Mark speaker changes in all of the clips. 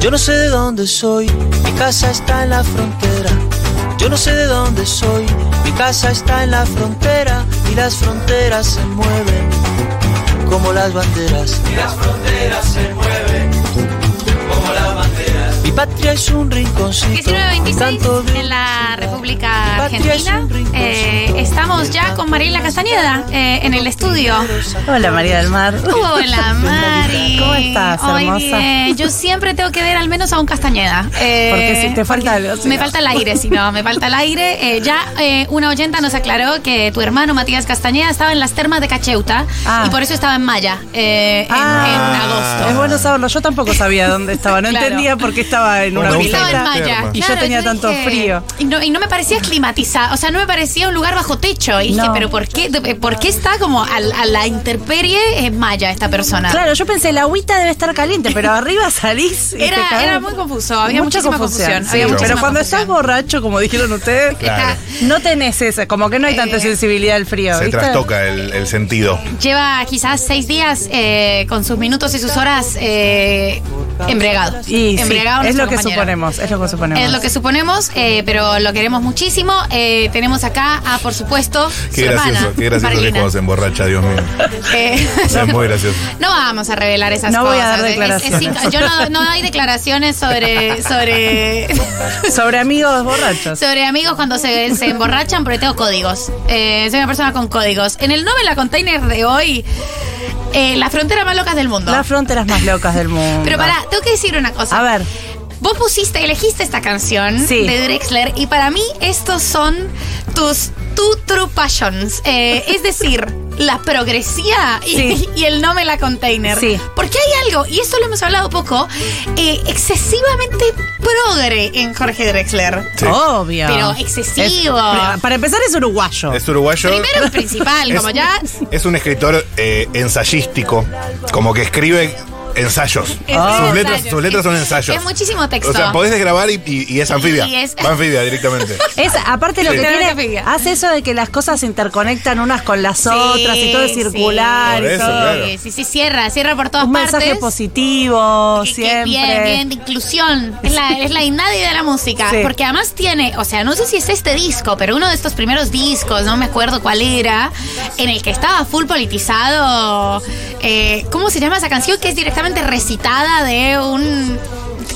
Speaker 1: Yo no sé de dónde soy, mi casa está en la frontera. Yo no sé de dónde soy, mi casa está en la frontera y las fronteras se mueven como las banderas.
Speaker 2: Y las fronteras se mueven como las banderas.
Speaker 1: Mi patria es un rinconcito.
Speaker 3: 1926 en la República Argentina. Eh, estamos ya con Mariela Castañeda eh, en el estudio.
Speaker 4: Hola María del Mar.
Speaker 3: Hola Mari.
Speaker 4: ¿Cómo estás,
Speaker 3: Hoy,
Speaker 4: hermosa?
Speaker 3: eh, yo siempre tengo que ver al menos a un Castañeda. Eh,
Speaker 4: Porque si te falta
Speaker 3: porque
Speaker 4: algo, si
Speaker 3: Me
Speaker 4: no.
Speaker 3: falta el aire, si no, me falta el aire. Eh, ya eh, una oyenta nos aclaró que tu hermano Matías Castañeda estaba en las termas de Cacheuta
Speaker 4: Ah.
Speaker 3: y por eso estaba en Maya eh, en, en agosto.
Speaker 4: Es bueno saberlo. Yo tampoco sabía dónde estaba. No
Speaker 3: Claro.
Speaker 4: entendía por qué estaba en
Speaker 5: Me
Speaker 4: una
Speaker 3: Porque
Speaker 5: gusta
Speaker 3: estaba en
Speaker 5: la
Speaker 3: Maya.
Speaker 5: terma.
Speaker 4: Y yo tenía tanto frío.
Speaker 3: Y no, y no me parecía climatizado, o sea, no me parecía un lugar bajo techo. Y dije,
Speaker 4: No.
Speaker 3: pero ¿por qué, por qué está como al- a, la intemperie en Maya esta persona?
Speaker 4: Claro, yo pensé, la agüita debe estar caliente, pero arriba salís. y te
Speaker 3: Era,
Speaker 4: cagás.
Speaker 3: era muy confuso, había
Speaker 4: Mucha
Speaker 3: muchísima confusión.
Speaker 4: sí.
Speaker 3: había muchísima
Speaker 4: pero cuando
Speaker 3: confusión.
Speaker 4: estás borracho, como dijeron ustedes,
Speaker 5: Claro.
Speaker 4: no tenés esa, como que no hay tanta
Speaker 3: Eh,
Speaker 4: sensibilidad al frío.
Speaker 5: Se
Speaker 4: ¿viste?
Speaker 5: trastoca el, el sentido.
Speaker 3: Lleva quizás seis días eh, con sus minutos y sus horas eh, embregado.
Speaker 4: Y sí,
Speaker 3: Embriagado
Speaker 4: es
Speaker 3: nuestro
Speaker 4: lo que
Speaker 3: compañero.
Speaker 4: suponemos, es lo que suponemos.
Speaker 3: Es lo que suponemos, eh, pero lo queremos muchísimo. Eh, tenemos acá a, por supuesto,
Speaker 5: Qué
Speaker 3: su
Speaker 5: gracioso,
Speaker 3: hermana,
Speaker 5: qué gracioso que
Speaker 3: Marilina.
Speaker 5: cuando se emborracha, Dios mío.
Speaker 3: Eh,
Speaker 5: Es muy gracioso.
Speaker 3: No vamos a revelar esas
Speaker 4: No
Speaker 3: cosas.
Speaker 4: voy a dar
Speaker 3: Es- es
Speaker 4: declaraciones.
Speaker 3: inco- yo no, no doy declaraciones sobre, sobre,
Speaker 4: Sobre amigos borrachos.
Speaker 3: sobre amigos cuando se, se emborrachan porque tengo códigos. Eh, soy una persona con códigos. En el Nobel La Container de hoy, eh, las fronteras más locas del mundo.
Speaker 4: Las fronteras más locas del mundo.
Speaker 3: Pero pará, tengo que decir una cosa.
Speaker 4: A ver,
Speaker 3: Vos pusiste, elegiste esta canción
Speaker 4: Sí.
Speaker 3: de Drexler y para mí estos son tus two true passions. Eh, es decir, la progresía y,
Speaker 4: Sí.
Speaker 3: y el no me la container.
Speaker 4: Sí.
Speaker 3: Porque hay algo, y esto lo hemos hablado poco, eh, excesivamente progre en Jorge Drexler.
Speaker 5: Sí.
Speaker 4: obvio.
Speaker 3: Pero excesivo.
Speaker 4: Es- para empezar, es uruguayo.
Speaker 5: Es uruguayo.
Speaker 3: Primero y principal,
Speaker 5: Es-
Speaker 3: como ya...
Speaker 5: Es un escritor eh, ensayístico, como que escribe ensayos.
Speaker 3: es
Speaker 5: Sus,
Speaker 3: ensayo.
Speaker 5: letras, sus letras son ensayos.
Speaker 3: Es muchísimo texto.
Speaker 5: O sea, podés grabar y, y- y es anfibia.
Speaker 3: Y es-
Speaker 5: Va anfibia directamente.
Speaker 4: Es, aparte lo
Speaker 5: Sí.
Speaker 4: que
Speaker 3: Literalmente
Speaker 4: tiene,
Speaker 3: pilla.
Speaker 4: hace eso de que las cosas se interconectan unas con las
Speaker 3: Sí,
Speaker 4: otras y todo es
Speaker 3: sí.
Speaker 4: circular.
Speaker 5: Por
Speaker 4: y
Speaker 5: eso,
Speaker 4: todo.
Speaker 5: claro.
Speaker 3: Sí, sí, sí, cierra, cierra por todas
Speaker 4: Un
Speaker 3: partes.
Speaker 4: mensaje positivo,
Speaker 3: Que- que
Speaker 4: siempre.
Speaker 3: Bien, bien, de inclusión. Es la, es la Inadi de la música.
Speaker 4: Sí.
Speaker 3: Porque además tiene, o sea, no sé si es este disco, pero uno de estos primeros discos, no me acuerdo cuál era, en el que estaba full politizado. eh, ¿Cómo se llama esa canción? Que es directamente recitada de un.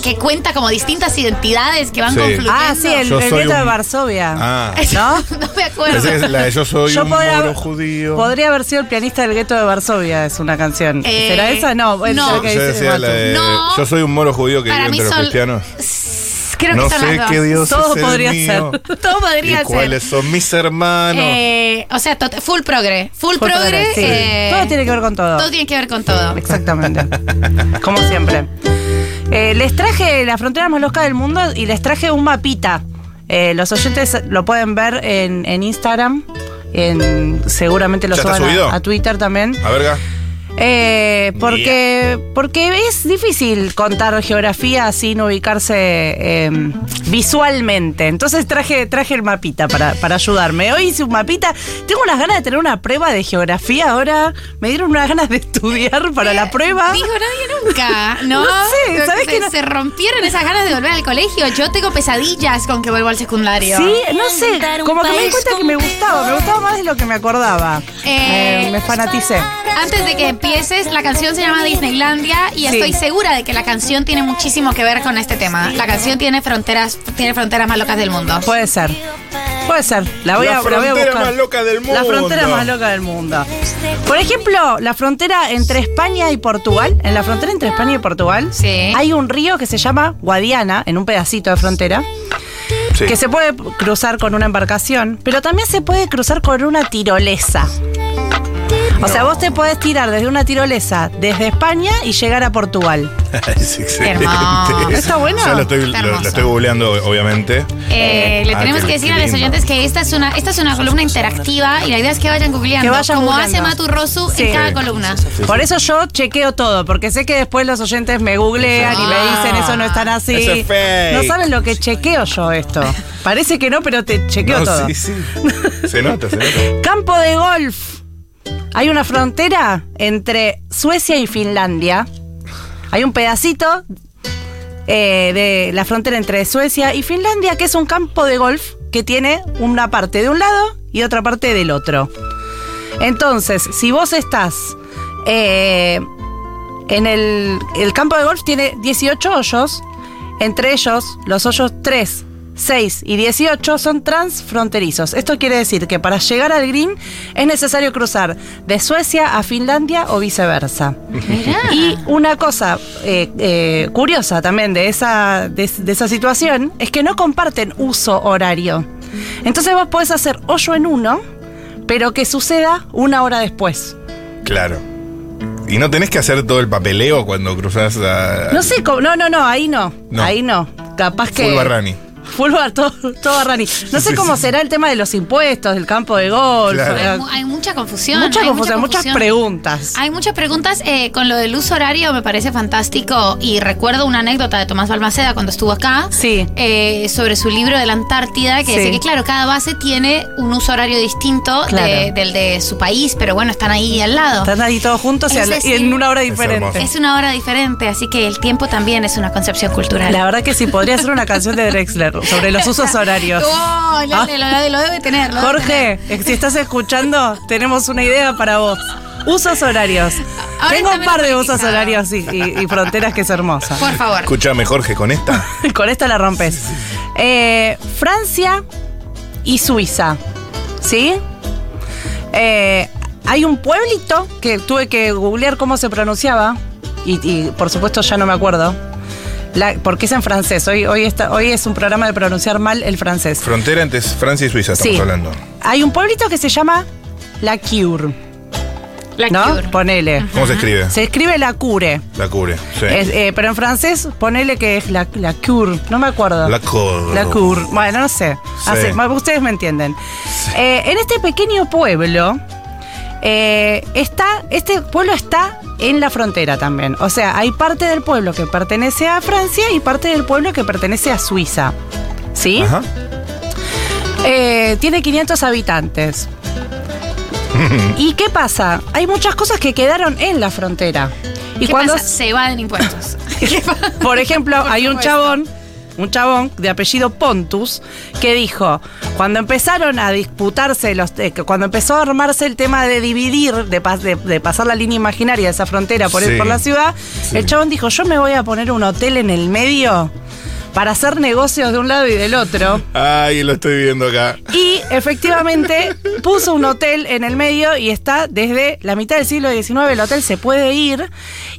Speaker 3: que cuenta como distintas identidades que van
Speaker 5: Sí.
Speaker 3: confluyendo.
Speaker 4: Ah, sí, el,
Speaker 5: Yo
Speaker 4: el
Speaker 5: soy
Speaker 4: nieto de
Speaker 5: un-
Speaker 4: Varsovia.
Speaker 5: Ah.
Speaker 4: ¿No?
Speaker 3: no me acuerdo.
Speaker 5: Pensé que es la de yo soy un
Speaker 4: podría-
Speaker 5: moro judío.
Speaker 4: Podría haber sido el pianista del gueto de Varsovia, es una canción.
Speaker 3: Eh,
Speaker 4: ¿Será esa? No, bueno,
Speaker 3: no.
Speaker 4: creo que
Speaker 5: Yo
Speaker 4: dice
Speaker 5: decía la
Speaker 4: Matu.
Speaker 5: de,
Speaker 3: No.
Speaker 5: Yo soy un moro judío que
Speaker 3: Para
Speaker 5: vive
Speaker 3: mí
Speaker 5: entre los
Speaker 3: son-
Speaker 5: cristianos.
Speaker 3: Creo
Speaker 5: No
Speaker 3: que son
Speaker 5: sé
Speaker 3: las
Speaker 5: qué
Speaker 3: dos.
Speaker 5: Dios
Speaker 4: Todo
Speaker 5: es el
Speaker 4: podría
Speaker 5: mío.
Speaker 3: Todo
Speaker 5: ¿Y Ah,
Speaker 3: podría ser.
Speaker 5: cuáles son mis hermanos?
Speaker 3: Eh, o sea, tot- full progre. Full,
Speaker 4: Fue
Speaker 3: progre.
Speaker 4: progre, sí.
Speaker 3: eh,
Speaker 4: Todo tiene que ver con todo.
Speaker 3: todo tiene que ver con todo.
Speaker 4: Exactamente. Como siempre. Eh, les traje la frontera más loca del mundo y les traje un mapita. Eh, los oyentes lo pueden ver en, en Instagram. En, seguramente lo
Speaker 5: ¿Ya está
Speaker 4: suban a-
Speaker 5: subido?
Speaker 4: a, Twitter también.
Speaker 5: A verga.
Speaker 4: Eh, porque, porque es difícil contar geografía sin ubicarse eh, visualmente. Entonces traje, traje el mapita para, para ayudarme. Hoy hice un mapita. Tengo unas ganas de tener una prueba de geografía ahora. Me dieron unas ganas de estudiar para la prueba.
Speaker 3: Dijo nadie nunca, ¿no?
Speaker 4: No sé,
Speaker 3: Creo
Speaker 4: ¿sabés
Speaker 3: se,
Speaker 4: que no?
Speaker 3: se rompieron esas ganas de volver al colegio. Yo tengo pesadillas con que vuelvo al secundario.
Speaker 4: Sí, no sé, como que me di cuenta que me gustaba, me gustaba más de lo que me acordaba.
Speaker 3: Eh,
Speaker 4: me, me fanaticé.
Speaker 3: Antes de que empieces, la canción se llama Disneylandia y
Speaker 4: Sí.
Speaker 3: estoy segura de que la canción tiene muchísimo que ver con este tema. La canción tiene fronteras, tiene fronteras más locas del mundo.
Speaker 4: Puede ser. Puede ser. La voy
Speaker 5: La
Speaker 4: a, la voy a
Speaker 5: frontera
Speaker 4: buscar.
Speaker 5: más loca del
Speaker 4: La
Speaker 5: mundo.
Speaker 4: frontera más loca del mundo. Por ejemplo, la frontera entre España y Portugal. En la frontera entre España y Portugal
Speaker 3: Sí.
Speaker 4: hay un río que se llama Guadiana, en un pedacito de frontera,
Speaker 5: Sí.
Speaker 4: que se puede cruzar con una embarcación, pero también se puede cruzar con una tirolesa. O sea, vos te podés tirar desde una tirolesa desde España y llegar a Portugal.
Speaker 5: Es excelente.
Speaker 3: Hermoso.
Speaker 4: ¿Está bueno?
Speaker 5: Yo lo estoy,
Speaker 3: Está
Speaker 5: lo-
Speaker 3: hermoso.
Speaker 5: lo estoy googleando, obviamente.
Speaker 3: Eh, le
Speaker 5: Ah,
Speaker 3: tenemos
Speaker 5: qué
Speaker 3: que decir a los
Speaker 5: lindo.
Speaker 3: oyentes que esta es una esta es una columna interactiva y la idea es que vayan googleando,
Speaker 4: Que vayan
Speaker 3: como
Speaker 4: googleando.
Speaker 3: hace Matu Rosu
Speaker 4: Sí.
Speaker 3: en cada columna.
Speaker 4: Por eso yo chequeo todo, porque sé que después los oyentes me googlean y me dicen eso no es tan así.
Speaker 5: Eso es fake.
Speaker 4: No saben lo que chequeo yo esto. Parece que no, pero te chequeo
Speaker 5: No,
Speaker 4: todo.
Speaker 5: sí, sí. Se nota, se nota.
Speaker 4: Campo de golf. Hay una frontera entre Suecia y Finlandia. Hay un pedacito eh, de la frontera entre Suecia y Finlandia, que es un campo de golf que tiene una parte de un lado y otra parte del otro. Entonces, si vos estás eh, en el, el campo de golf, tiene 18 hoyos, entre ellos los hoyos 3, 6 y 18 son transfronterizos. Esto quiere decir que para llegar al green es necesario cruzar de Suecia a Finlandia o viceversa.
Speaker 5: Ah.
Speaker 4: Y una cosa eh, eh, curiosa también de esa, de, de esa situación es que no comparten uso horario. Entonces vos podés hacer hoyo en uno, pero que suceda una hora después.
Speaker 5: Claro. Y no tenés que hacer todo el papeleo cuando cruzás a.
Speaker 4: No sé, cómo- no, no, no, ahí no.
Speaker 5: Ah. No.
Speaker 4: Ahí no. Capaz que.
Speaker 5: Full Barrani.
Speaker 4: Full bar- todo, todo barrani. No sé cómo será el tema de los impuestos, del campo de golf.
Speaker 5: Claro.
Speaker 3: Hay,
Speaker 4: eh,
Speaker 3: mu- hay mucha confusión.
Speaker 4: mucha
Speaker 3: hay
Speaker 4: confusión, muchas
Speaker 3: confusión.
Speaker 4: preguntas.
Speaker 3: Hay muchas preguntas eh, con lo del uso horario, me parece fantástico. Y recuerdo una anécdota de Tomás Balmaceda cuando estuvo acá.
Speaker 4: Sí.
Speaker 3: eh, sobre su libro de la Antártida, que
Speaker 4: Sí.
Speaker 3: dice que, claro, cada base tiene un uso horario distinto de-
Speaker 4: Claro.
Speaker 3: del de su país, pero bueno, están ahí al lado.
Speaker 4: Están ahí todos juntos y,
Speaker 3: Es
Speaker 4: al- y
Speaker 3: decir,
Speaker 4: en una hora
Speaker 5: Es
Speaker 4: diferente.
Speaker 5: hermoso.
Speaker 3: Es una hora diferente, así que el tiempo también es una concepción cultural.
Speaker 4: La verdad que sí, podría ser una canción de Drexler sobre los usos horarios.
Speaker 3: Oh, lo, lo- lo debe tener. lo debe tener.
Speaker 4: Jorge, eh, si estás escuchando, tenemos una idea para vos. Usos horarios.
Speaker 3: Ahora
Speaker 4: Tengo
Speaker 3: está
Speaker 4: un par de
Speaker 3: menos
Speaker 4: usos
Speaker 3: politizado.
Speaker 4: horarios y, y- y fronteras que es hermosa.
Speaker 3: Por favor.
Speaker 5: Escuchame, Jorge, con esta.
Speaker 4: Con esta la rompes. Eh, Francia y Suiza. ¿Sí? Eh, hay un pueblito que tuve que googlear cómo se pronunciaba. Y, y, por supuesto ya no me acuerdo. La- porque es en francés. Hoy, hoy, está, hoy es un programa de pronunciar mal el francés.
Speaker 5: Frontera entre Francia y Suiza, estamos
Speaker 4: Sí.
Speaker 5: hablando.
Speaker 4: Hay un pueblito que se llama La Cure.
Speaker 3: La
Speaker 4: ¿No?
Speaker 3: Cure.
Speaker 4: Ponele.
Speaker 5: ¿Cómo se escribe?
Speaker 4: Se escribe La Cure.
Speaker 5: La cubre. Sí.
Speaker 4: Es, eh, pero en francés, ponele que es la, la cure. No me acuerdo.
Speaker 5: La Cure.
Speaker 4: La cure. Bueno, no sé.
Speaker 5: Sí.
Speaker 4: Así, ma- ustedes me entienden. Eh, en este pequeño pueblo, eh, está, este pueblo está en la frontera también. O sea, hay parte del pueblo que pertenece a Francia y parte del pueblo que pertenece a Suiza. ¿Sí?
Speaker 5: Ajá.
Speaker 4: Eh, tiene 500 habitantes. ¿Y qué pasa? Hay muchas cosas que quedaron en la frontera. Y
Speaker 3: ¿Qué
Speaker 4: cuando
Speaker 3: pasa? Se evaden impuestos. ¿Qué pasa?
Speaker 4: por ejemplo,
Speaker 3: Por
Speaker 4: hay un
Speaker 3: supuesto.
Speaker 4: chabón, un chabón de apellido Pontus, que dijo, cuando empezaron a disputarse los, eh, que cuando empezó a armarse el tema de dividir, de, pas- de- de pasar la línea imaginaria de esa frontera por,
Speaker 5: Sí,
Speaker 4: por la ciudad,
Speaker 5: sí.
Speaker 4: el chabón dijo, yo me voy a poner un hotel en el medio para hacer negocios de un lado y del otro.
Speaker 5: Ay, lo estoy viendo acá.
Speaker 4: Y efectivamente puso un hotel en el medio y está desde la mitad del siglo XIX. El hotel se puede ir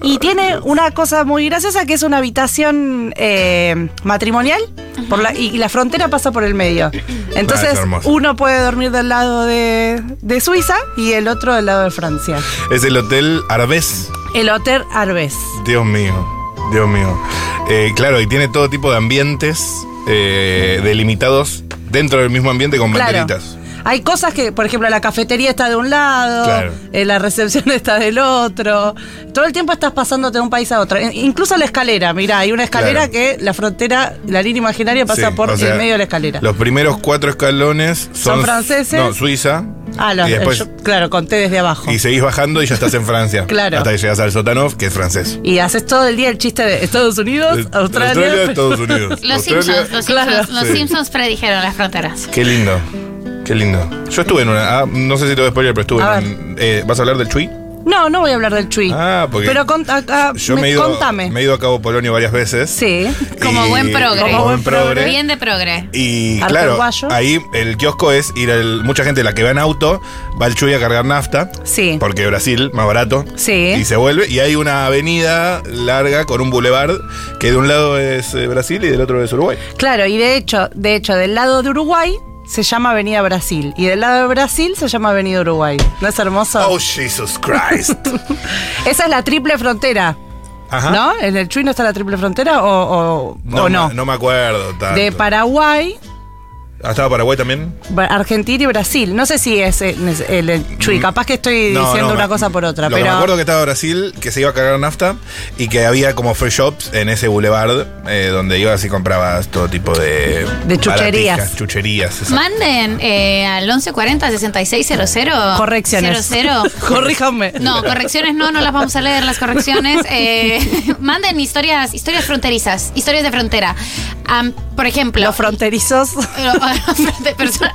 Speaker 4: y tiene una cosa muy graciosa que es una habitación eh, matrimonial por la, y, y la frontera pasa por el medio.
Speaker 5: Ah,
Speaker 4: Entonces
Speaker 5: es hermoso.
Speaker 4: uno puede dormir del lado de, de Suiza y el otro del lado de Francia.
Speaker 5: Es el Hotel Arbés.
Speaker 4: El Hotel Arbes.
Speaker 5: Dios mío, Dios mío. Eh, claro, y tiene todo tipo de ambientes eh, delimitados dentro del mismo ambiente con
Speaker 4: Claro.
Speaker 5: banderitas.
Speaker 4: Hay cosas que, por ejemplo, la cafetería está de un lado,
Speaker 5: Claro.
Speaker 4: eh, la recepción está del otro. Todo el tiempo estás pasándote de un país a otro. E- Incluso la escalera, mirá, hay una escalera
Speaker 5: Claro.
Speaker 4: que la frontera, la línea imaginaria pasa
Speaker 5: Sí,
Speaker 4: por
Speaker 5: o sea,
Speaker 4: el medio de la escalera.
Speaker 5: Los primeros cuatro escalones son,
Speaker 4: Son franceses.
Speaker 5: No, Suiza.
Speaker 4: ah, los-
Speaker 5: y después
Speaker 4: yo- claro, conté desde abajo.
Speaker 5: y
Speaker 4: Y,
Speaker 5: seguís bajando y ya estás en Francia.
Speaker 4: Claro.
Speaker 5: Hasta que llegas al sótano, que es francés.
Speaker 4: haces todo el día el chiste de Estados Unidos,
Speaker 5: Es-
Speaker 4: Australia.
Speaker 5: Estados Unidos.
Speaker 3: Los
Speaker 5: Australia-
Speaker 3: Simpsons, los
Speaker 4: Claro.
Speaker 3: Simpsons, los
Speaker 5: Sí.
Speaker 3: Simpsons predijeron las fronteras.
Speaker 5: Qué lindo. Qué lindo. Yo estuve en una. ah, no sé si te voy a spoiler, pero estuve
Speaker 4: A
Speaker 5: en. eh, ¿Vas a hablar del Chui?
Speaker 4: No, no voy a hablar del Chui.
Speaker 5: Ah, porque
Speaker 4: Pero con- ah, ah,
Speaker 5: Yo
Speaker 4: me-
Speaker 5: me, he ido,
Speaker 4: contame.
Speaker 5: me he ido a Cabo Polonio varias veces.
Speaker 4: sí.
Speaker 3: Como
Speaker 5: Y-
Speaker 3: buen progre.
Speaker 5: Como buen progre.
Speaker 3: Bien de progre.
Speaker 5: Y
Speaker 4: Arte
Speaker 5: claro,
Speaker 4: uruguayo.
Speaker 5: ahí el kiosco es ir al. Mucha gente, la que va en auto, va al Chuy a cargar nafta.
Speaker 4: Sí.
Speaker 5: Porque Brasil, más barato.
Speaker 4: Sí.
Speaker 5: Y se vuelve. Y hay una avenida larga con un boulevard que de un lado es eh, Brasil y del otro es Uruguay.
Speaker 4: Claro, y de hecho, de hecho, del lado de Uruguay se llama Avenida Brasil y del lado de Brasil se llama Avenida Uruguay. ¿No es hermoso?
Speaker 5: Oh, Jesus Christ.
Speaker 4: Esa es la triple frontera,
Speaker 5: Ajá.
Speaker 4: ¿no? ¿En el Chuy no está la triple frontera o, o- o no?
Speaker 5: me- No me acuerdo. Tanto.
Speaker 4: De Paraguay
Speaker 5: ¿Ha estado Paraguay también?
Speaker 4: Bra- Argentina y Brasil. No sé si es eh, es el, el Chuy, capaz que estoy
Speaker 5: Mm. No,
Speaker 4: diciendo
Speaker 5: no,
Speaker 4: una
Speaker 5: me-
Speaker 4: cosa por otra,
Speaker 5: lo que
Speaker 4: pero.
Speaker 5: me acuerdo que estaba Brasil, que se iba a cargar nafta y que había como free shops en ese boulevard eh, donde ibas y comprabas todo tipo de.
Speaker 4: De chucherías.
Speaker 5: baratijas, chucherías, exacto.
Speaker 3: Manden eh, al 1140-6600.
Speaker 4: Correcciones.
Speaker 3: 00.
Speaker 4: Corríjanme.
Speaker 3: No, correcciones no, no las vamos a leer las correcciones. Eh, manden historias, historias fronterizas, historias de frontera. Am, por ejemplo,
Speaker 4: Los fronterizos.
Speaker 3: Pero- de persona-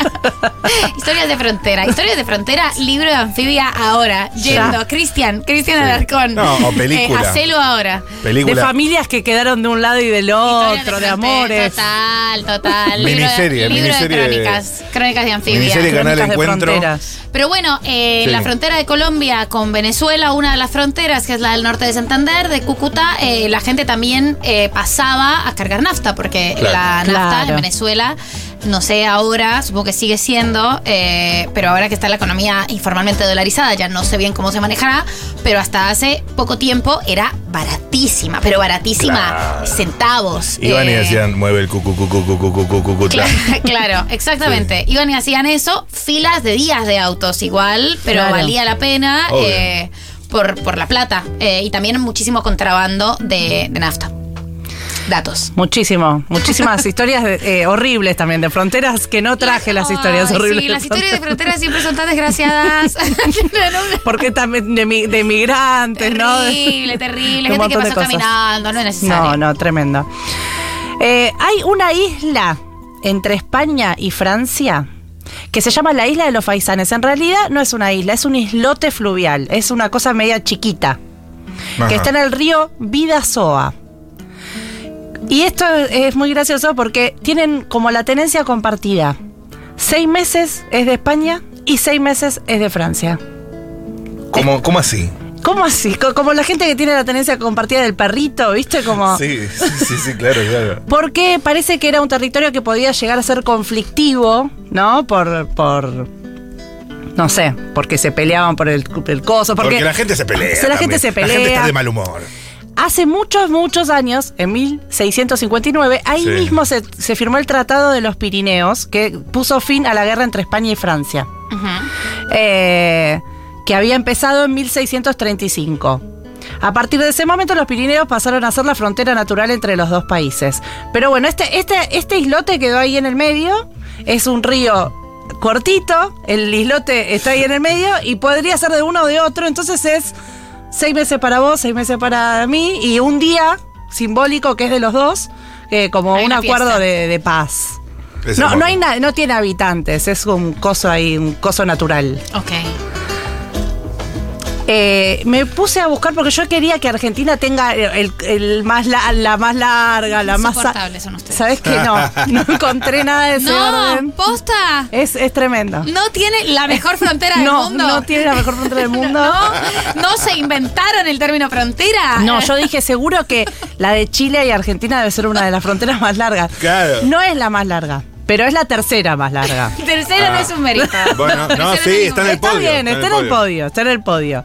Speaker 3: historias de frontera. Historias de frontera, libro de anfibia ahora. Yendo, Cristian, Cristian Alarcón.
Speaker 5: No, o película.
Speaker 3: Eh, hacelo ahora.
Speaker 5: Película.
Speaker 4: De familias que quedaron de un lado y del
Speaker 3: Historias
Speaker 4: otro, de,
Speaker 3: frontera,
Speaker 4: amores.
Speaker 3: Total, total. Libro de-
Speaker 5: Miniserie,
Speaker 3: libro
Speaker 5: miniserie
Speaker 3: de
Speaker 5: de-
Speaker 3: crónicas. Crónicas de anfibia.
Speaker 5: Miniserie
Speaker 4: Crónicas
Speaker 5: Canal
Speaker 4: de
Speaker 5: Encuentro.
Speaker 4: fronteras.
Speaker 3: Pero bueno, eh,
Speaker 5: Sí.
Speaker 3: la frontera de Colombia con Venezuela, una de las fronteras, que es la del norte de Santander, de Cúcuta, eh, la gente también eh, pasaba a cargar nafta, porque
Speaker 5: Claro.
Speaker 3: la nafta
Speaker 4: Claro.
Speaker 3: en Venezuela, no sé ahora, supongo que sigue siendo, eh, pero ahora que está la economía informalmente dolarizada, ya no sé bien cómo se manejará, pero hasta hace poco tiempo era baratísima, pero baratísima,
Speaker 5: Claro.
Speaker 3: centavos.
Speaker 5: Iban y
Speaker 3: eh,
Speaker 5: decían, mueve el cucu, cucu, cucu, cucu, cucu, ta".
Speaker 3: Cla- Claro, exactamente. Iban y hacían eso, filas de días de autos igual, pero
Speaker 4: Claro.
Speaker 3: valía la pena
Speaker 5: Obvio.
Speaker 3: eh, por, por la plata. Eh, y también muchísimo contrabando de, de nafta. Datos.
Speaker 4: Muchísimo, muchísimas historias de- eh, horribles también de fronteras que no traje las historias
Speaker 3: Ay,
Speaker 4: horribles.
Speaker 3: Sí, las historias de
Speaker 4: fronteras.
Speaker 3: frontera siempre son tan desgraciadas.
Speaker 4: Porque también de, mi- de migrantes, ¿no?
Speaker 3: terrible, terrible.
Speaker 4: De un
Speaker 3: Gente que
Speaker 4: montón de
Speaker 3: pasó
Speaker 4: cosas.
Speaker 3: caminando, no es
Speaker 4: No,
Speaker 3: necesario.
Speaker 4: no, tremendo. Eh, hay una isla entre España y Francia que se llama la isla de los faisanes. En realidad no es una isla, es un islote fluvial, es una cosa media chiquita,
Speaker 5: Ajá.
Speaker 4: que está en el río Vidasoa. Y esto es muy gracioso porque tienen como la tenencia compartida. Seis meses es de España y seis meses es de Francia.
Speaker 5: ¿Cómo, cómo así?
Speaker 4: ¿Cómo así? Co- Como la gente que tiene la tenencia compartida del perrito, ¿viste? Como...
Speaker 5: Sí, sí, sí, sí, claro, claro.
Speaker 4: Porque parece que era un territorio que podía llegar a ser conflictivo, ¿no? Por. por no sé, porque se peleaban por el, el coso.
Speaker 5: Porque,
Speaker 4: Porque,
Speaker 5: la gente se pelea.
Speaker 4: Si la gente
Speaker 5: también.
Speaker 4: se
Speaker 5: La gente está
Speaker 4: pelea.
Speaker 5: de mal humor.
Speaker 4: hace muchos, muchos años, en 1659, ahí
Speaker 5: Sí.
Speaker 4: mismo se, se firmó el Tratado de los Pirineos, que puso fin a la guerra entre España y Francia.
Speaker 3: Ujú.
Speaker 4: eh, que había empezado en 1635. A partir de ese momento los Pirineos pasaron a ser la frontera natural entre los dos países. Pero bueno, este, este, este islote quedó ahí en el medio, es un río cortito, el islote está ahí en el medio y podría ser de uno o de otro, entonces es seis meses para vos, seis meses para mí y un día simbólico que es de los dos, eh, como
Speaker 3: Hay
Speaker 4: un
Speaker 3: una
Speaker 4: acuerdo
Speaker 3: fiesta.
Speaker 4: de, de paz.
Speaker 5: Es
Speaker 4: No, no,
Speaker 5: hermoso.
Speaker 4: hay na- no tiene habitantes, es un coso ahí, un coso natural.
Speaker 3: Ok.
Speaker 4: Eh, me puse a buscar porque yo quería que Argentina tenga el, el más la, la más larga, la más.
Speaker 3: Insoportables son ustedes.
Speaker 4: ¿Sabes qué? No, no encontré nada de ese
Speaker 3: No,
Speaker 4: orden.
Speaker 3: posta.
Speaker 4: Es, es tremendo.
Speaker 3: No tiene la mejor frontera del
Speaker 4: No,
Speaker 3: mundo.
Speaker 4: no tiene la mejor frontera del mundo.
Speaker 3: No, no se inventaron el término frontera.
Speaker 4: No, yo dije seguro que la de Chile y Argentina debe ser una de las fronteras más largas.
Speaker 5: Claro.
Speaker 4: No es la más larga, pero es la tercera más larga.
Speaker 3: Tercero no es un mérito.
Speaker 5: Ah. Bueno, no,
Speaker 3: Tercero
Speaker 5: sí,
Speaker 3: es un
Speaker 5: está en el
Speaker 3: mérito.
Speaker 5: podio.
Speaker 4: Está bien, está en el podio, está en el podio.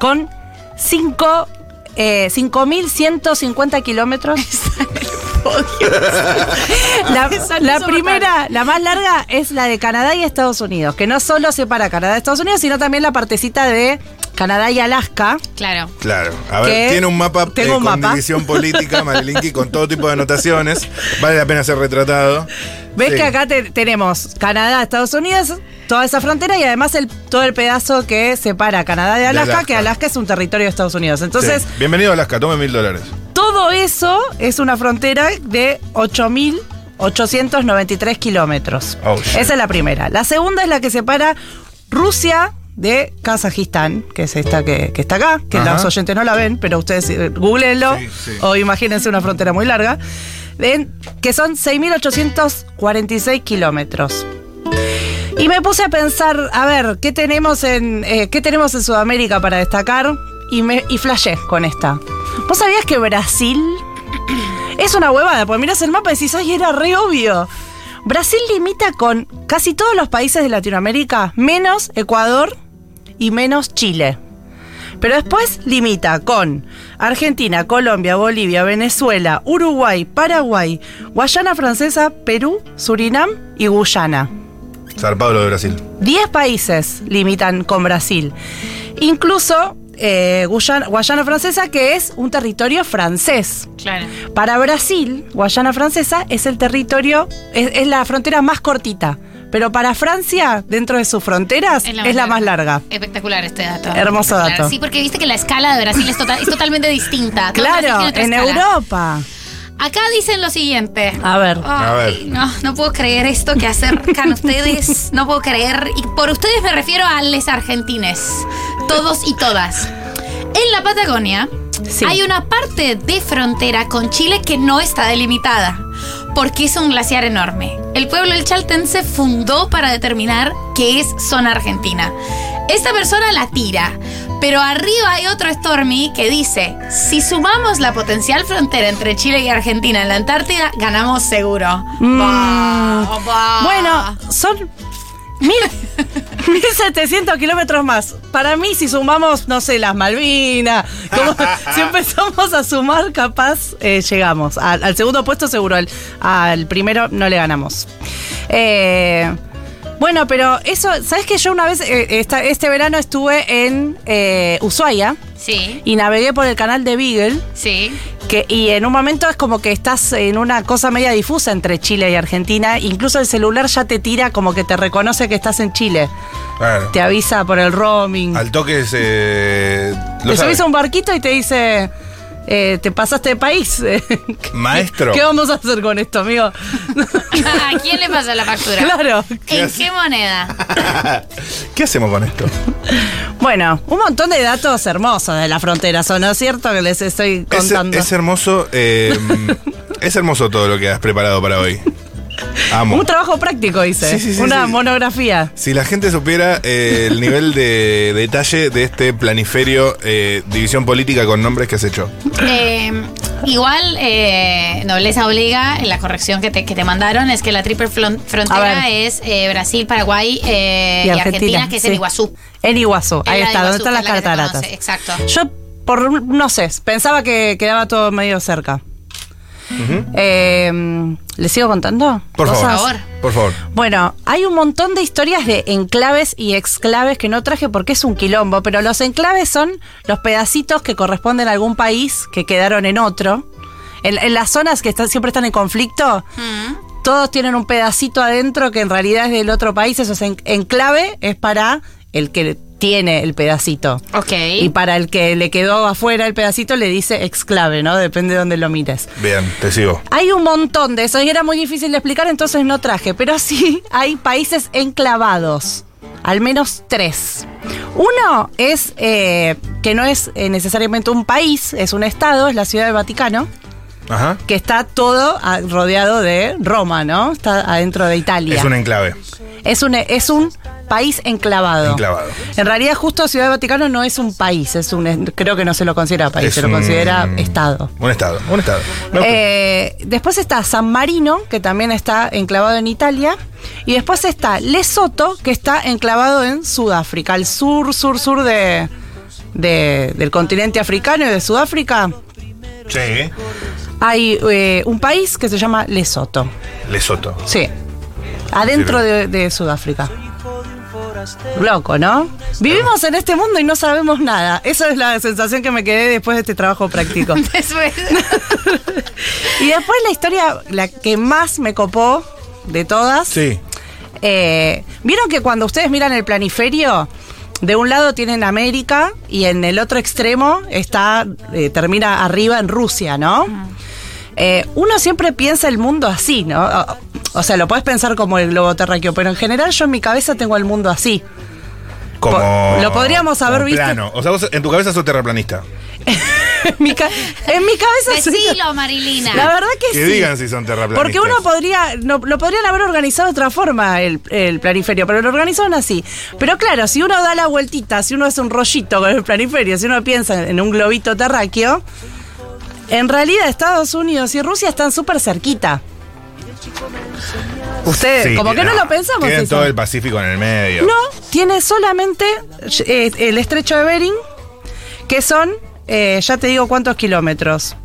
Speaker 4: Con cinco, eh, 5.150 kilómetros. La, la primera, la más larga es la de Canadá y Estados Unidos, que no solo separa Canadá de Estados Unidos, sino también la partecita de Canadá y Alaska.
Speaker 3: Claro.
Speaker 5: Claro, a ver,
Speaker 4: ¿Qué?
Speaker 5: tiene un mapa eh,
Speaker 4: Tengo un
Speaker 5: con
Speaker 4: mapa.
Speaker 5: división política, Madelinki, con todo tipo de anotaciones. Vale la pena ser retratado.
Speaker 4: Ves
Speaker 5: Sí.
Speaker 4: que acá te- tenemos Canadá, Estados Unidos, toda esa frontera y además el, todo el pedazo que separa Canadá de Alaska,
Speaker 5: Alaska.
Speaker 4: que Alaska es un territorio de Estados Unidos. Entonces,
Speaker 5: Sí. Bienvenido a Alaska, tome mil dólares.
Speaker 4: Todo eso es una frontera de 8.893 kilómetros.
Speaker 5: Oh, shit.
Speaker 4: Esa es la primera. La segunda es la que separa Rusia de Kazajistán, que es esta que, que está acá, que
Speaker 5: Ajá.
Speaker 4: los oyentes no la ven, pero ustedes eh, googleenlo
Speaker 5: Sí, sí.
Speaker 4: o imagínense una frontera muy larga, ven que son 6.846 kilómetros. Y me puse a pensar, a ver, ¿qué tenemos en, eh, ¿qué tenemos en Sudamérica para destacar? Y, me, y flashé con esta. ¿Vos sabías que Brasil es una huevada? Porque mirás el mapa y decís, ay, era re obvio. Brasil limita con casi todos los países de Latinoamérica, menos Ecuador y menos Chile. Pero después limita con Argentina, Colombia, Bolivia, Venezuela, Uruguay, Paraguay, Guayana Francesa, Perú, Surinam y Guyana.
Speaker 5: Zarpado lo de Brasil.
Speaker 4: 10 países limitan con Brasil. Incluso eh, Guyana, Guayana Francesa, que es un territorio francés.
Speaker 3: Claro.
Speaker 4: Para Brasil, Guayana Francesa es el territorio, es, es la frontera más cortita. Pero para Francia, dentro de sus fronteras, es la, más larga.
Speaker 3: Espectacular este dato.
Speaker 4: Hermoso
Speaker 3: Espectacular.
Speaker 4: dato.
Speaker 3: Sí, porque viste que la escala de Brasil es, total- es totalmente distinta. Todo
Speaker 4: Claro,
Speaker 3: Brasil tiene
Speaker 4: en
Speaker 3: otra escala.
Speaker 4: Europa.
Speaker 3: Acá dicen lo siguiente.
Speaker 4: A ver.
Speaker 5: A ver.
Speaker 3: Ay, No, no puedo creer esto que acercan ustedes. No puedo creer. Y por ustedes me refiero a les argentines. Todos y todas. En la Patagonia
Speaker 4: Sí.
Speaker 3: hay una parte de frontera con Chile que no está delimitada. Porque es un glaciar enorme. El pueblo del Chaltén se fundó para determinar que es zona argentina. Esta persona la tira. Pero arriba hay otro Stormy que dice, si sumamos la potencial frontera entre Chile y Argentina en la Antártida, ganamos seguro.
Speaker 4: Mm.
Speaker 3: Bah, bah.
Speaker 4: Bueno, son mil, 1700 kilómetros más. Para mí, si sumamos, no sé, las Malvinas, como- si empezamos a sumar, capaz eh, llegamos. Al, al segundo puesto seguro, al, al primero no le ganamos. Eh, bueno, pero eso, ¿sabes que yo una vez, eh, esta- este verano estuve en eh, Ushuaia
Speaker 3: Sí,
Speaker 4: y navegué por el canal de Beagle?
Speaker 3: sí.
Speaker 4: Que, y en un momento es como que estás en una cosa media difusa entre Chile y Argentina. Incluso el celular ya te tira como que te reconoce que estás en Chile.
Speaker 5: Claro.
Speaker 4: Te avisa por el roaming.
Speaker 5: Al toque se. lo
Speaker 4: te
Speaker 5: sabe.
Speaker 4: subís a un barquito y te dice, eh, te pasaste de país. ¿Qué,
Speaker 5: Maestro.
Speaker 4: qué vamos a hacer con esto, amigo?
Speaker 3: ¿A quién le pasa la factura?
Speaker 4: claro.
Speaker 3: ¿En qué moneda?
Speaker 5: ¿Qué hacemos con esto?
Speaker 4: Bueno, un montón de datos hermosos de la frontera, ¿o no es cierto que les estoy
Speaker 5: Es,
Speaker 4: contando?
Speaker 5: es hermoso. eh, es hermoso todo lo que has preparado para hoy. Amo.
Speaker 4: un trabajo práctico hice,
Speaker 5: Sí, sí, sí,
Speaker 4: una
Speaker 5: sí.
Speaker 4: monografía.
Speaker 5: Si la gente supiera eh, el nivel de detalle de este planiferio eh, división política con nombres que has hecho.
Speaker 3: Eh, igual, eh, nobleza obliga, la corrección que te, que te mandaron es que la triple flon-
Speaker 4: A
Speaker 3: frontera
Speaker 4: ver.
Speaker 3: es eh, Brasil, Paraguay eh, y, Argentina, que es en
Speaker 4: sí.
Speaker 3: Iguazú.
Speaker 4: En Iguazú,
Speaker 3: En
Speaker 4: ahí
Speaker 3: la
Speaker 4: está,
Speaker 3: de
Speaker 4: donde
Speaker 3: Iguazú,
Speaker 4: están las
Speaker 3: que es la que se
Speaker 4: cataratas.
Speaker 3: conoce, Exacto.
Speaker 4: Yo, por no sé, pensaba que quedaba todo medio cerca. Eh, ¿Le sigo contando?
Speaker 5: Por favor.
Speaker 4: Cosas.
Speaker 5: Por favor.
Speaker 4: Bueno, hay un montón de historias de enclaves y exclaves que no traje porque es un quilombo, pero los enclaves son los pedacitos que corresponden a algún país que quedaron en otro. En, en las zonas que están, siempre están en conflicto,
Speaker 3: Mm.
Speaker 4: todos tienen un pedacito adentro que en realidad es del otro país. Eso es en- enclave, es para el que tiene el pedacito.
Speaker 3: Ok.
Speaker 4: Y para el que le quedó afuera el pedacito le dice exclave, ¿no? Depende de dónde lo mires.
Speaker 5: Bien, te sigo.
Speaker 4: Hay un montón de eso y era muy difícil de explicar, entonces no traje, pero sí hay países enclavados, al menos tres. Uno es eh, que no es eh, necesariamente un país, es un estado, es la Ciudad del Vaticano,
Speaker 5: Ajá.
Speaker 4: que está todo ah, rodeado de Roma, ¿no? Está adentro de Italia.
Speaker 5: Es un enclave.
Speaker 4: Es un, es un país enclavado.
Speaker 5: Enclavado.
Speaker 4: En realidad, justo Ciudad del Vaticano no es un país, es un creo que no se lo considera país,
Speaker 5: Es
Speaker 4: se lo
Speaker 5: un-
Speaker 4: considera Estado.
Speaker 5: Un estado. Un estado. Me gusta.
Speaker 4: Eh, después está San Marino, que también está enclavado en Italia. Y después está Lesoto, que está enclavado en Sudáfrica, al sur, sur, sur de, de- del continente africano y de Sudáfrica.
Speaker 5: sí.
Speaker 4: Hay eh, un país que se llama Lesoto.
Speaker 5: Lesoto.
Speaker 4: Sí. Adentro de, de Sudáfrica. Loco, ¿no? Vivimos en este mundo y no sabemos nada. Esa es la sensación que me quedé después de este trabajo práctico.
Speaker 3: Después-
Speaker 4: y después la historia, la que más me copó de todas.
Speaker 5: Sí.
Speaker 4: eh, Vieron que cuando ustedes miran el planiferio, de un lado tienen América y en el otro extremo está eh, termina arriba en Rusia, ¿no? Eh, uno siempre piensa el mundo así, ¿no? O, o sea, lo puedes pensar como el globo terráqueo, pero en general yo en mi cabeza tengo el mundo así.
Speaker 5: Como.
Speaker 4: Po- lo podríamos haber
Speaker 5: como
Speaker 4: visto.
Speaker 5: Plano. O sea, vos en tu cabeza sos terraplanista.
Speaker 4: en, mi ca- en mi cabeza sí.
Speaker 3: Decilo, Marilina.
Speaker 4: La verdad que,
Speaker 5: Que
Speaker 4: sí.
Speaker 5: digan si son terraplanistas.
Speaker 4: Porque uno podría, no, lo podrían haber organizado de otra forma el, el planiferio, pero lo organizaron así. Pero claro, si uno da la vueltita, si uno hace un rollito con el planiferio, si uno piensa en un globito terráqueo, en realidad Estados Unidos y Rusia están súper cerquita. Ustedes,
Speaker 5: Sí,
Speaker 4: como que no, lo pensamos.
Speaker 5: Tienen
Speaker 4: eso.
Speaker 5: todo el Pacífico en el medio.
Speaker 4: No, tiene solamente eh, el estrecho de Bering, que son, eh, ya te digo cuántos kilómetros.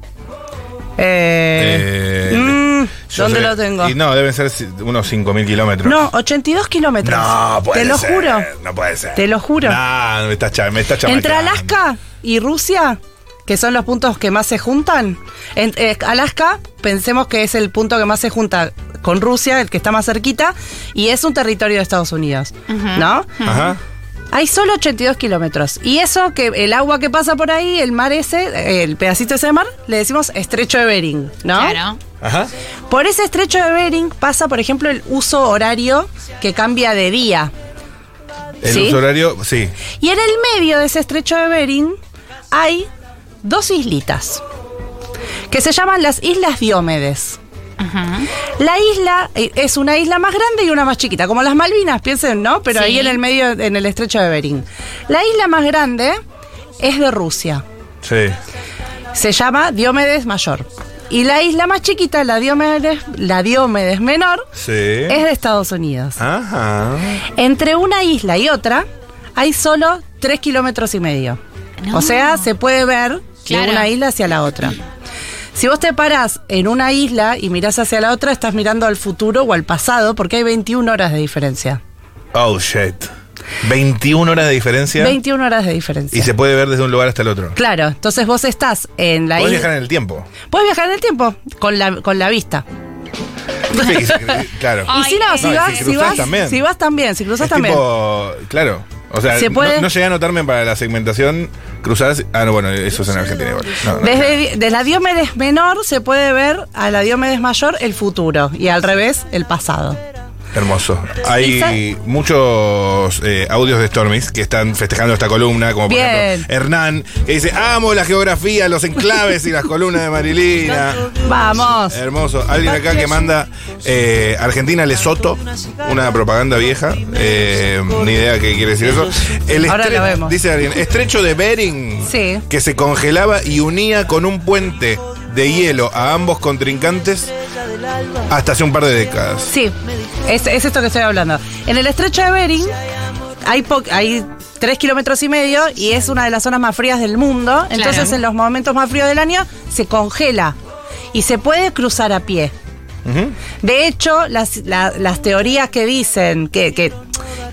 Speaker 4: Eh,
Speaker 5: Eh,
Speaker 4: mm,
Speaker 5: yo
Speaker 4: ¿Dónde
Speaker 5: sé-
Speaker 4: lo tengo?
Speaker 5: Y no, deben ser si- unos 5.000 kilómetros.
Speaker 4: No, 82 kilómetros.
Speaker 5: No, puede
Speaker 4: Te lo
Speaker 5: ser,
Speaker 4: juro.
Speaker 5: No puede ser.
Speaker 4: Te lo juro.
Speaker 5: No, me estás, cha- me estás
Speaker 4: Entre
Speaker 5: chamacando.
Speaker 4: Alaska y Rusia, que son los puntos que más se juntan, en- eh, Alaska pensemos que es el punto que más se junta con Rusia, el que está más cerquita, y es un territorio de Estados Unidos, ¿no?
Speaker 5: Ajá.
Speaker 4: Hay solo 82 kilómetros. Y eso, que el agua que pasa por ahí, el mar ese, el pedacito ese de mar, le decimos estrecho de Bering, ¿no?
Speaker 3: Claro.
Speaker 5: Ajá.
Speaker 4: Por ese estrecho de Bering pasa, por ejemplo, el uso horario que cambia de día.
Speaker 5: El
Speaker 4: ¿Sí?
Speaker 5: uso horario, sí.
Speaker 4: Y en el medio de ese estrecho de Bering hay dos islitas que se llaman las Islas Diómedes. La isla eh, es una isla más grande y una más chiquita, como las Malvinas, piensen, ¿no? Pero
Speaker 3: Sí.
Speaker 4: ahí en el medio, en el estrecho de Bering. La isla más grande es de Rusia,
Speaker 5: Sí.
Speaker 4: se llama Diómedes Mayor. Y la isla más chiquita, la Diómedes, la Diómedes Menor,
Speaker 5: Sí.
Speaker 4: es de Estados Unidos.
Speaker 5: Ajá.
Speaker 4: Entre una isla y otra hay solo 3 kilómetros y medio.
Speaker 3: No.
Speaker 4: O sea, se puede ver
Speaker 3: Claro.
Speaker 4: de una isla hacia la otra. Si vos te parás en una isla y mirás hacia la otra, estás mirando al futuro o al pasado porque hay 21 horas de diferencia.
Speaker 5: Oh, shit. 21 horas de diferencia.
Speaker 4: 21 horas de
Speaker 5: Y
Speaker 4: diferencia.
Speaker 5: se puede ver desde un lugar hasta el otro.
Speaker 4: Claro, entonces vos estás en la
Speaker 5: Podés
Speaker 4: isla.
Speaker 5: viajar en el tiempo.
Speaker 4: Podés viajar en el tiempo con la, con la vista.
Speaker 5: Sí, sí, claro.
Speaker 3: Ay,
Speaker 4: y si no,
Speaker 3: eh.
Speaker 4: si,
Speaker 5: No, y
Speaker 4: vas,
Speaker 5: si
Speaker 4: si,
Speaker 5: cruzás
Speaker 4: vas,
Speaker 5: también.
Speaker 4: si vas también, si cruzás
Speaker 5: Es
Speaker 4: también.
Speaker 5: tipo, claro. O sea,
Speaker 4: Se
Speaker 5: no-
Speaker 4: puede-
Speaker 5: no, llegué a anotarme para la segmentación, cruzar. Ah, no, bueno, eso es en Argentina igual. No, no, claro.
Speaker 4: Desde, desde la Diomedes menor se puede ver a la Diomedes mayor el futuro y al revés el pasado.
Speaker 5: Hermoso. Hay
Speaker 4: Esa-
Speaker 5: muchos eh, audios de Stormis que están festejando esta columna, como por
Speaker 4: Bien.
Speaker 5: ejemplo Hernán, que dice, amo la geografía, los enclaves y las columnas de Marilina.
Speaker 4: Vamos.
Speaker 5: Hermoso. Alguien acá que manda eh, Argentina Lesoto, una propaganda vieja. eh, ni idea qué quiere decir eso. El
Speaker 4: Ahora
Speaker 5: estre-
Speaker 4: lo vemos.
Speaker 5: Dice alguien, estrecho de Bering,
Speaker 4: Sí.
Speaker 5: que se congelaba y unía con un puente de hielo a ambos contrincantes hasta hace un par de décadas.
Speaker 4: Sí, es, es esto que estoy hablando. En el estrecho de Bering hay, po- hay 3 kilómetros y medio y es una de las zonas más frías del mundo. Entonces, en los momentos más fríos del año se congela y se puede cruzar a pie. De hecho, las, la- las teorías que dicen que, que,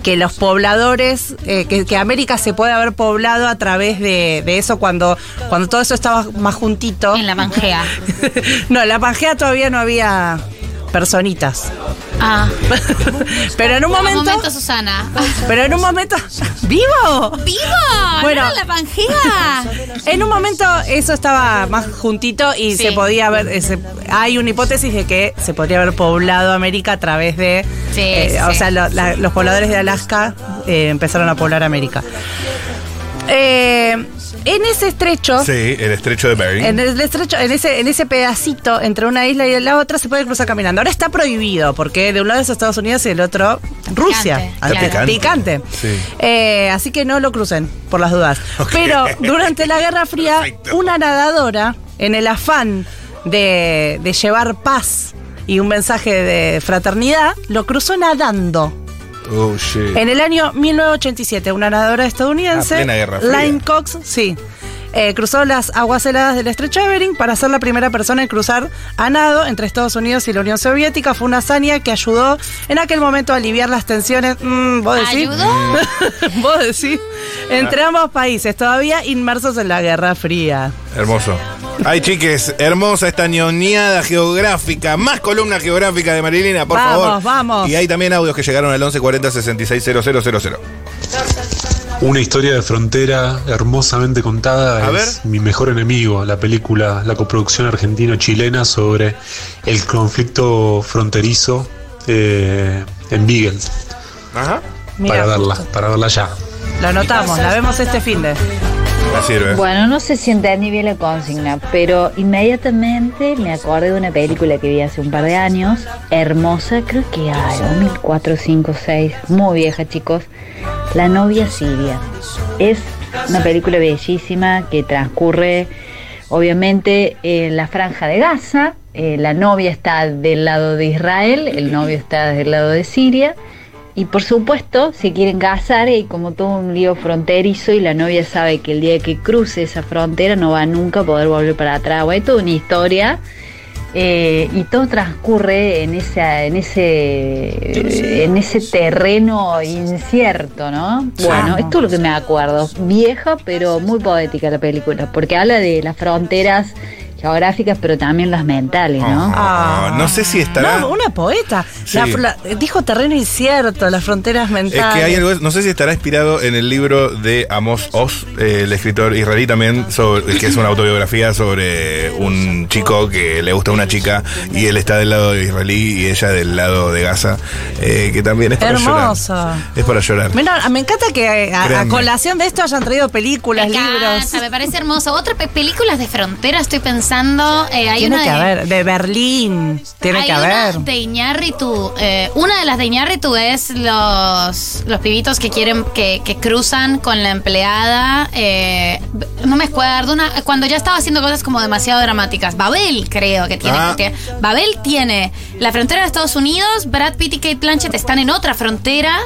Speaker 4: que los pobladores, eh, que, que América se puede haber poblado a través de, de eso cuando, cuando todo eso estaba más juntito.
Speaker 3: En la Pangea.
Speaker 4: no, en la Pangea todavía no había personitas.
Speaker 3: Ah.
Speaker 4: Pero en un
Speaker 3: Un
Speaker 4: momento.
Speaker 3: momento, Susana.
Speaker 4: Pero en un momento. ¡Vivo!
Speaker 3: ¡Viva!
Speaker 4: Bueno.
Speaker 3: Bueno. la Pangea!
Speaker 4: En un momento eso estaba más juntito y
Speaker 3: Sí.
Speaker 4: se podía ver. eh, se- hay una hipótesis de que se podría haber poblado América a través de. eh,
Speaker 3: Sí, sí.
Speaker 4: O sea, lo- la- los pobladores de Alaska eh, empezaron a poblar América. Eh, en ese estrecho.
Speaker 5: Sí, el estrecho de Bering.
Speaker 4: En el estrecho, en ese, en ese pedacito entre una isla y la otra se puede cruzar caminando. Ahora está prohibido, porque de un lado es Estados Unidos y del otro Rusia. Ah,
Speaker 3: Está
Speaker 5: picante.
Speaker 4: Picante.
Speaker 5: Sí.
Speaker 4: Eh, así que no lo crucen, por las dudas.
Speaker 5: Ok.
Speaker 4: Pero durante la Guerra Fría,
Speaker 5: Perfecto.
Speaker 4: una nadadora, en el afán de, de llevar paz y un mensaje de fraternidad, lo cruzó nadando.
Speaker 5: Oh, shit.
Speaker 4: En el año 1987, una nadadora estadounidense,
Speaker 5: Ah, plena Guerra Fría.
Speaker 4: Lynn Cox, sí, eh, cruzó las aguas heladas del estrecho de Bering para ser la primera persona en cruzar a nado entre Estados Unidos y la Unión Soviética. Fue una hazaña que ayudó en aquel momento a aliviar las tensiones. Mm, ¿Vos decís?
Speaker 3: ¿Ayudó?
Speaker 4: ¿Vos decís? Entre ambos países, todavía inmersos en la Guerra Fría.
Speaker 5: Hermoso. Ay, chiques, hermosa esta ñoñada geográfica. Más columna geográfica de Marilina, por
Speaker 4: Vamos,
Speaker 5: favor.
Speaker 4: vamos.
Speaker 5: Y hay también audios que llegaron al 1140 660000.
Speaker 6: Una historia de frontera hermosamente contada
Speaker 5: A
Speaker 6: es Mi mejor enemigo, la película, la coproducción argentino-chilena sobre el conflicto fronterizo eh, en Beagle.
Speaker 5: Ajá.
Speaker 4: Mirá,
Speaker 6: para verla, para verla ya.
Speaker 4: Lo anotamos, la vemos este fin de.
Speaker 5: Me sirve.
Speaker 7: Bueno, no sé si entendí bien la consigna, pero inmediatamente me acordé de una película que vi hace un par de años, hermosa, creo que hay 2004, 5, 6, muy vieja chicos, La novia siria. Es una película bellísima que transcurre obviamente en la franja de Gaza, Eh, la novia está del lado de Israel, el novio está del lado de Siria, Y por supuesto, se quieren casar y como todo un lío fronterizo y la novia sabe que el día que cruce esa frontera no va nunca a poder volver para atrás. Bueno, es toda una historia. eh, y todo transcurre en esa, en ese eh, en ese terreno incierto, ¿no? Bueno, esto es lo que me acuerdo. Vieja, pero muy poética la película, porque habla de las fronteras geográficas, pero también las mentales, ¿no?
Speaker 5: Ah, no sé si estará.
Speaker 4: No, una poeta.
Speaker 5: Sí.
Speaker 4: La- la- dijo terreno incierto, las fronteras
Speaker 5: es
Speaker 4: mentales.
Speaker 5: que hay algo, no sé si estará inspirado en el libro de Amos Oz, eh, el escritor israelí también, sobre, que es una autobiografía sobre un chico que le gusta una chica y él está del lado de israelí y ella del lado de Gaza, eh, que también es para
Speaker 4: Hermoso.
Speaker 5: llorar. Es para llorar.
Speaker 4: Mira, me encanta que eh, a- a,
Speaker 5: Créanme.
Speaker 4: colación de esto hayan traído películas,
Speaker 3: Me
Speaker 4: libros.
Speaker 3: encanta, me parece hermoso. Otra pe- películas de frontera estoy pensando. eh, hay
Speaker 4: Tiene
Speaker 3: una
Speaker 4: que
Speaker 3: de,
Speaker 4: haber, de Berlín. Tiene
Speaker 3: hay
Speaker 4: que
Speaker 3: una
Speaker 4: haber.
Speaker 3: de Iñárritu. eh, una de las de Iñárritu es los, los pibitos que quieren que, que cruzan con la empleada. eh, no me acuerdo. Una, cuando ya estaba haciendo cosas como demasiado dramáticas. Babel, creo que tiene.
Speaker 5: Ah.
Speaker 3: porque Babel tiene la frontera de Estados Unidos. Brad Pitt y Kate Blanchett están en otra frontera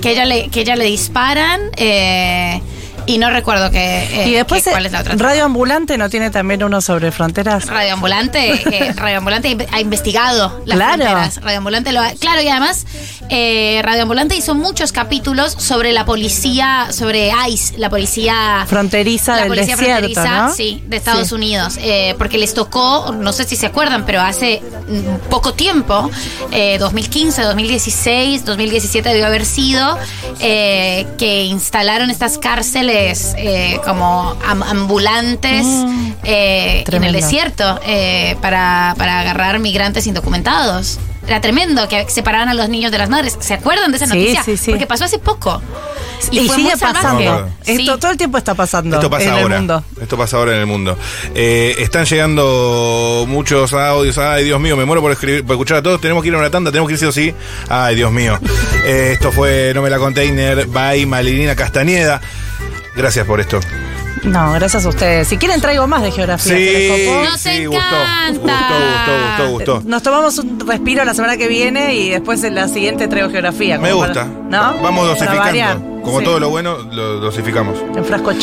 Speaker 3: que ella le, que ella le disparan. eh, y no recuerdo que, eh,
Speaker 4: Y después,
Speaker 3: que- cuál es la otra.
Speaker 4: Radio Ambulante no tiene también uno sobre fronteras.
Speaker 3: Radioambulante, eh, Radioambulante ha investigado las
Speaker 4: Claro.
Speaker 3: fronteras. Radioambulante lo ha- claro, y además eh, Radioambulante hizo muchos capítulos sobre la policía, sobre ICE, la policía
Speaker 4: Fronteriza
Speaker 3: la
Speaker 4: del
Speaker 3: policía
Speaker 4: desierto,
Speaker 3: fronteriza,
Speaker 4: ¿no?
Speaker 3: sí, de Estados
Speaker 4: Sí.
Speaker 3: Unidos, eh, porque les tocó, no sé si se acuerdan, pero hace mm, poco tiempo, eh, 2015, 2016, 2017 debió haber sido, eh, que instalaron estas cárceles eh, como am- ambulantes eh, en el
Speaker 4: Mm, tremendo.
Speaker 3: desierto eh, para, para agarrar migrantes indocumentados. Era tremendo que separaban a los niños de las madres. ¿Se acuerdan de esa
Speaker 4: Sí,
Speaker 3: noticia?
Speaker 4: sí, sí.
Speaker 3: Porque pasó hace poco.
Speaker 4: Y,
Speaker 3: fue muy
Speaker 4: sigue
Speaker 3: salvaje.
Speaker 4: pasando.
Speaker 3: Sí.
Speaker 4: Esto todo el tiempo está pasando
Speaker 5: Esto pasa
Speaker 4: en
Speaker 5: ahora.
Speaker 4: el mundo.
Speaker 5: Esto pasa ahora en el mundo. Eh, están llegando muchos audios. Ay, Dios mío, me muero por escribir, por escuchar a todos. Tenemos que ir a una tanda, tenemos que ir sí o sí. Ay, Dios mío. Eh, esto fue No me la container by Malinina Castañeda. Gracias por esto.
Speaker 4: No, gracias a ustedes. Si quieren traigo más de geografía. ¿se les copó?
Speaker 3: Nos
Speaker 5: sí, gustó.
Speaker 3: encanta.
Speaker 5: Gustó, gustó, gustó, gustó.
Speaker 4: Nos tomamos un respiro la semana que viene y después en la siguiente traigo geografía.
Speaker 5: Me
Speaker 4: como para-
Speaker 5: gusta.
Speaker 4: ¿No?
Speaker 5: Vamos
Speaker 4: Para variar.
Speaker 5: dosificando. Como
Speaker 4: Sí.
Speaker 5: todo lo bueno, lo dosificamos.
Speaker 4: En frasco